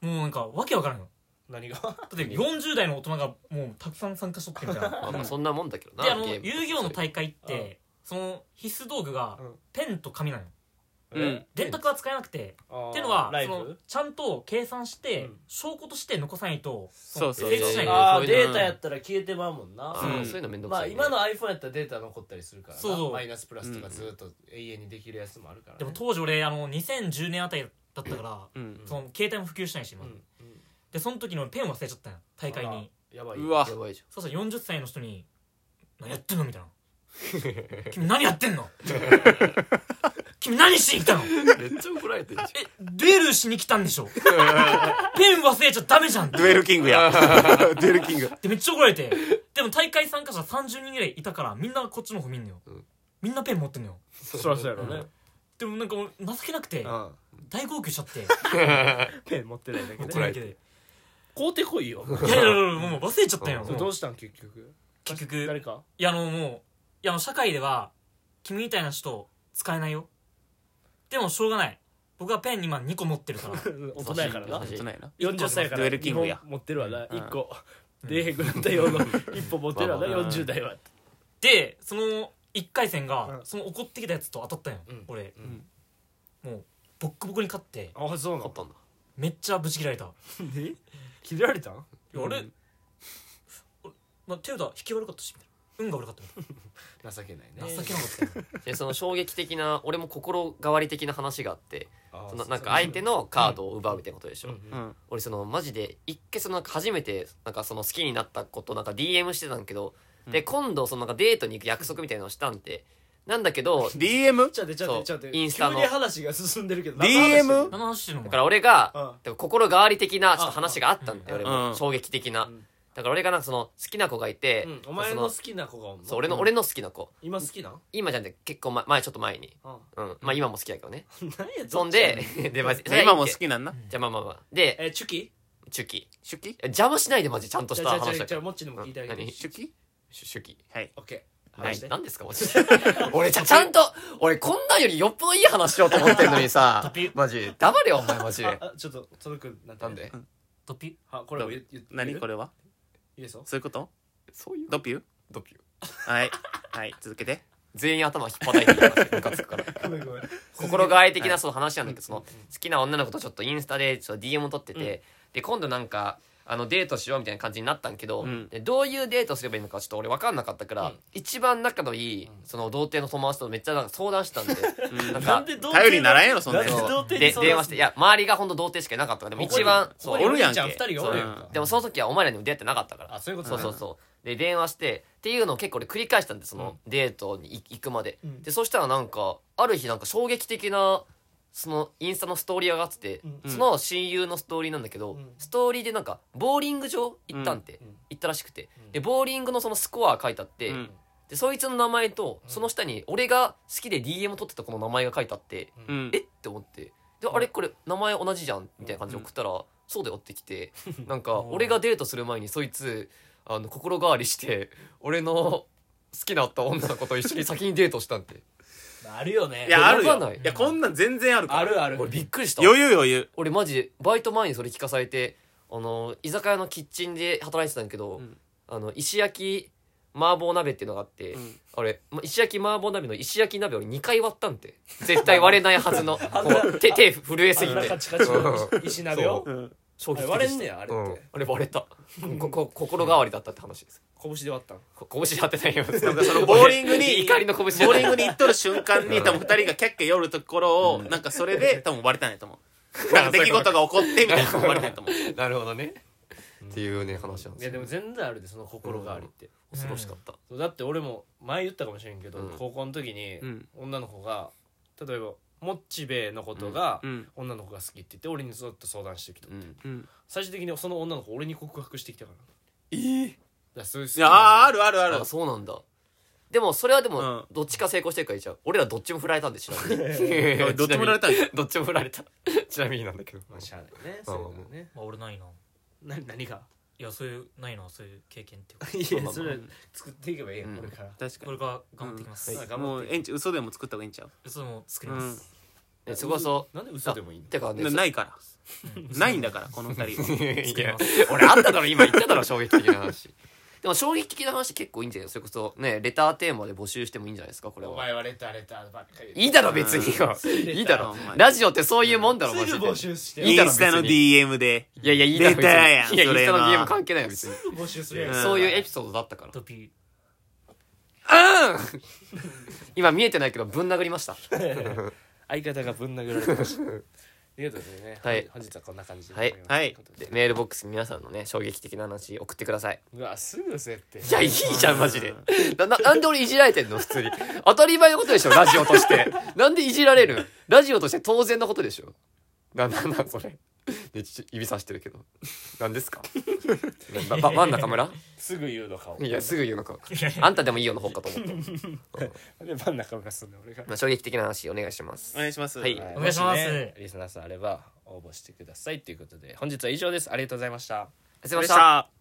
S2: もうなんかわけわからんよ
S1: 何が
S2: だって40代の大人がもうたくさん参加しとってみたいな
S3: まあまあそんなもんだけどな
S2: であの
S3: ゲ
S2: 遊
S3: ーム
S2: 戯王の大会ってその必須道具が
S1: うん
S2: ペンと紙なのよ
S4: うん。
S2: 電卓は使えなくてっていうのは
S1: ライ
S2: その
S1: フ
S2: ちゃんと計算して
S1: うん
S2: 証拠として残さないと
S4: そう
S2: そ
S4: そうう
S2: 成立しない
S3: あ
S2: の
S1: あ
S3: そ
S1: ー
S3: ういう
S1: デ
S3: の
S1: ータやったら消えてまうもんな
S3: あ
S4: う
S3: ー
S4: ん
S3: そういうのめんどく
S1: ま
S3: さ
S1: あ
S3: いね
S1: 今の iPhone やったらデータ残ったりするからな
S2: そうそう
S1: マイナスプラスとかずっと永遠にできるやつもあるからね
S2: でも当時俺あの2010年あたりだったから
S4: うん。
S2: その携帯も普及しないし今
S1: うんうん
S2: でその時のペン忘れちゃったんよ大会に
S1: やばいうよ
S4: わ
S3: や。ばいじ
S2: そしたら40歳の人に「何やってんの?」みたい な「君何やってんの? 」君何しに来たの
S3: ゃんめっちゃ怒られてるじ
S2: えデュエルしに来たんで しょペン忘れちゃダメじゃんっ
S4: デュエ
S2: て
S4: ルキングや。デュエルキング。
S2: でめっちゃ怒られてでも大会参加者30人ぐらいいたからみんなこっちの方見んのよ、
S3: ん
S2: みんなペン持ってんのよ
S1: そらそうやろね
S2: でもなんか俺情けなくて大号泣しち ゃって
S1: ペン持ってないだけ
S3: 怒られて
S2: る
S1: 買うてこいよ
S2: いやいやいやもう忘れちゃったんよ
S1: それ
S2: も
S1: ど
S2: う
S1: うしたん結局
S2: 結局
S1: 誰か
S2: いやあのもういやあの社会では君みたいな人使えないよでもしょうがない僕はペン今2個持ってるから
S1: 大人やから
S3: 優
S1: な
S3: しい
S4: ちょっとないな。
S1: 40歳から
S4: デュエルキングや
S1: 日本持ってるわな
S4: うん
S1: 1個出えへんくなったよう な一歩持ってるわな
S3: まあまあ
S1: 40代は
S2: でその1回戦が
S1: うん
S2: その怒ってきたやつと当たったんよ、
S1: うん
S2: 俺
S1: うん
S2: もうボッコボコに勝って
S1: あそう
S3: ゃん
S1: な
S3: 勝っ
S1: の
S3: たんだ
S2: めっちゃブチ切られたい
S1: え切れられたん
S2: や俺、俺まあ、手札引き悪かったしみたいな運が悪かったみた
S1: 情けない
S2: いな情けなかったよ
S3: でその衝撃的な俺も心変わり的な話があって
S1: あー
S3: そのなんか相手のカードを奪うみたいなことでしょ、
S1: うん
S4: うん。
S3: 俺そのマジで一回そのなんか初めてなんかその好きになったことなんか DM してたんだけど、で今度そのなんかデートに行く約束みたいなのをしたんでなんだけど
S4: DM?
S1: ちゃってちゃってちゃっ
S3: そ
S1: て
S3: うインスタの
S1: 急に話が進んでるけど
S4: DM？
S1: 何の話してんの
S2: 何の話してんのお
S3: だか
S2: 前
S3: ら俺が、
S1: うん
S3: でも心変わり的なちょっと話があったんだよ、
S1: うん
S3: 俺も、
S4: うん
S3: 衝撃的な、
S1: うん
S3: だから俺がなんかその好きな子がいて、
S1: うんお前の
S3: そ
S1: 好きな子がおんの
S3: そう俺の、
S1: うん
S3: 俺の好きな子
S1: 今好きなん
S3: 今じゃんて結構前前ちょっと前に、
S1: うん
S3: うん、まあ今も好きだけどね、
S1: 何や
S3: そんで で、まあ、それはいい
S4: 今も好
S3: け
S4: きなんな。
S3: じゃあまあまあまあで
S1: えチュキ
S3: チュキ
S4: 手記
S3: 邪魔しないでマジちゃんとした
S1: じゃあ
S3: 話
S1: じゃ
S3: だ
S1: あじ
S3: か
S1: ゃ
S3: ら
S1: あもっちにも聞いてあげ
S3: うん
S1: て
S3: 何
S4: 手記
S3: シュシュキ
S4: はい。
S1: オッケー
S3: な
S1: 話
S3: い
S1: して
S3: 何ですかマジで 俺ちゃちゃんと俺こんなんよりよっぽどいい話しようと思ってんのにさマジ黙れよお前マジ
S1: あ
S3: で
S1: あちょっと届くなって
S3: なんで
S2: ドピ
S1: あこれも言言って
S4: 何こ
S1: れ
S4: れは
S1: 言えそう
S4: そういうこと
S3: そういう
S4: ドピュー
S3: ドピュ
S4: はい。はい。続けて。
S3: 全員頭引っ叩いてるからムカつくから
S1: ごめんごめん
S3: 心変わり的なその話なんだけどその好きな女の子とちょっとインスタでちょっと DM を撮ってて、で今度なんかあのデートしようみたいな感じになったんけど、
S4: うん
S3: でどういうデートすればいいのかちょっと俺分かんなかったから、一番仲のいいその童貞の友達とめっちゃなんか相談したんで、なん
S1: な
S3: か
S1: んで童貞
S4: 頼りにならんやろ、そんなやつ
S1: なん。で童貞に
S3: で
S1: 相談すんの
S3: 電話していや周りが本当童貞しかいなかったからでも一番
S1: こ
S3: そう
S1: こに
S4: おるやんけ
S1: お兄ちゃ二人おるやんか
S4: そう
S3: でもその時はお前らにも出会ってなかったから
S1: あそういうこと
S3: そうそうそうで電話してっていうのを結構俺繰り返したんでそのデートに行行くまで、
S1: うん
S3: でそしたらなんかある日なんか衝撃的なそのインスタのストーリー上がってて、
S1: うん
S3: その親友のストーリーなんだけど、
S1: うん
S3: ストーリーでなんかボーリング場行ったんって、
S1: うん
S3: 行ったらしくて、
S1: うん
S3: でボーリングのそのスコア書いてあって、
S4: うん
S3: でそいつの名前とその下に俺が好きで DM 取ってた子の名前が書いてあって、
S4: うん
S3: えって思ってであれこれ名前同じじゃんみたいな感じで送ったら、そうだよってき てなんか俺がデートする前にそいつあの心変わりして俺の好きだった女の子と一緒に先にデートしたん て
S1: あるよね
S4: いやある
S3: わかん
S4: よ
S3: ない
S4: いやこんなん全然あるから
S1: あるある
S3: 俺びっくりした
S4: 余裕余裕
S3: 俺マジバイト前にそれ聞かされてあの居酒屋のキッチンで働いてたんだけど、
S4: ん
S3: あの石焼き麻婆鍋っていうのがあって、
S4: ん
S3: あれま石焼き麻婆鍋の石焼き鍋俺2回割ったんて絶対割れ ないはずのこう手手震えすぎ
S1: あの
S3: て
S1: カチカチの
S5: う
S1: 石鍋を
S4: うん
S3: 衝
S1: あれ割れん
S3: 撃的でし
S1: ね
S3: た
S1: やあれ
S5: う
S1: っ
S5: ん
S1: て
S3: あれ割れたこ こ心変わりだったって話です
S1: 拳で割ったん
S3: こ拳当てないよ
S4: なん かそのボーリングに
S3: 怒りの拳
S4: ボーリングに行っとる瞬間に多分二人がキャッキャ寄るところをなんかそれで多分割れたんやと思うなんか出来事が起こってみたいな割れたんやと思う
S5: なるほどね
S3: っていうね話なん
S1: い
S3: で
S1: や
S3: すよ
S1: でも全然あるでその心変わりって
S3: 恐ろしかった
S1: そうだって俺も前言ったかもしれんけど、
S3: うん
S1: 高校の時に
S4: うん
S1: 女の子が例えばモッチベのことが
S4: うん
S1: 女の子が好きって言って俺にずっと相談してきた、
S3: うん
S4: うん
S1: 最終的にその女の子俺に告白してきたからえそういう好き
S4: い
S1: な
S4: やあーあるあるある
S3: あそうなんだでもそれはで
S4: う
S3: も
S4: ん
S3: どっちか成功してるからいいじゃん俺らどっちも振られたんでしょ
S4: お いどっちもられたんや
S5: どっちも振られたちなみになんだけど
S1: まあしゃあないねそういうのはね
S2: まあ俺ないな
S1: な何が
S2: いやそういうないなそういう経験っていうか
S1: いやそれ
S4: うん
S1: 作っていけばいいやん、
S3: うん
S1: これから
S4: 確
S2: こ
S4: か
S2: れから頑張っていきます、
S4: に
S1: はい
S4: もうえんち嘘でも作った方がいいんちゃう
S2: それも作ります、
S3: ねそこはそ
S1: なんで嘘でもいいの
S3: うてかね
S4: な
S3: そ
S4: ないからないんだからこの二人は
S5: いや
S3: 俺あっただろ今言っただろ衝撃的な話でも衝撃的な話結構いいんじゃないそれこそねレターテーマで募集してもいいんじゃないですかこれ
S1: お
S3: は
S1: 前はレターレターばっかり
S3: いいだろ別によ
S1: レター
S3: いいだろ
S4: お前
S3: ラジオってそういうもんだろマ
S1: す
S3: ジで
S1: ぐ募集して
S3: い
S4: イ
S3: いだ
S4: ン
S3: ろ
S4: スタの
S3: 別に
S4: DM で
S3: いやいやいいだろ
S4: レ
S3: 別に
S4: ターやん
S3: いやイン
S4: そ
S3: ス
S4: れ
S3: タ
S4: は
S3: の DM 関係ないよ別に
S1: すぐ募集するやん
S4: うん
S3: そういうエピソードだったから
S2: ドピ
S3: 今見えてないけどぶん殴りました
S1: 相方がぶん殴られましたということでね、
S3: はい
S1: 本日はこんな感じで
S3: はい
S4: はい
S3: でメールボックスに皆さんのね衝撃的な話送ってくださいう
S1: わすぐ設定
S3: いやいいじゃんマジでなななんで俺いじられてんの普通に当たり前のことでしょラジオとしてなんでいじられるラジオとして当然のことでしょななんなんそれでち指さしてるけどなんですかばば真ん中村
S1: すぐ言うの顔
S3: いやすぐ言うのか
S2: ーいやいや
S3: あんたでもいいよの方かと思った
S1: で真ん中村すんね俺が
S3: まあ衝撃的な話お願いします
S4: お願いします
S3: はい
S1: は
S2: お願いします
S1: もねリスナーさんあれば応募してくださいということで本日は以上ですありがとうございました
S3: すい
S4: お願
S3: ま
S4: い
S3: せ
S4: し
S3: ん
S4: た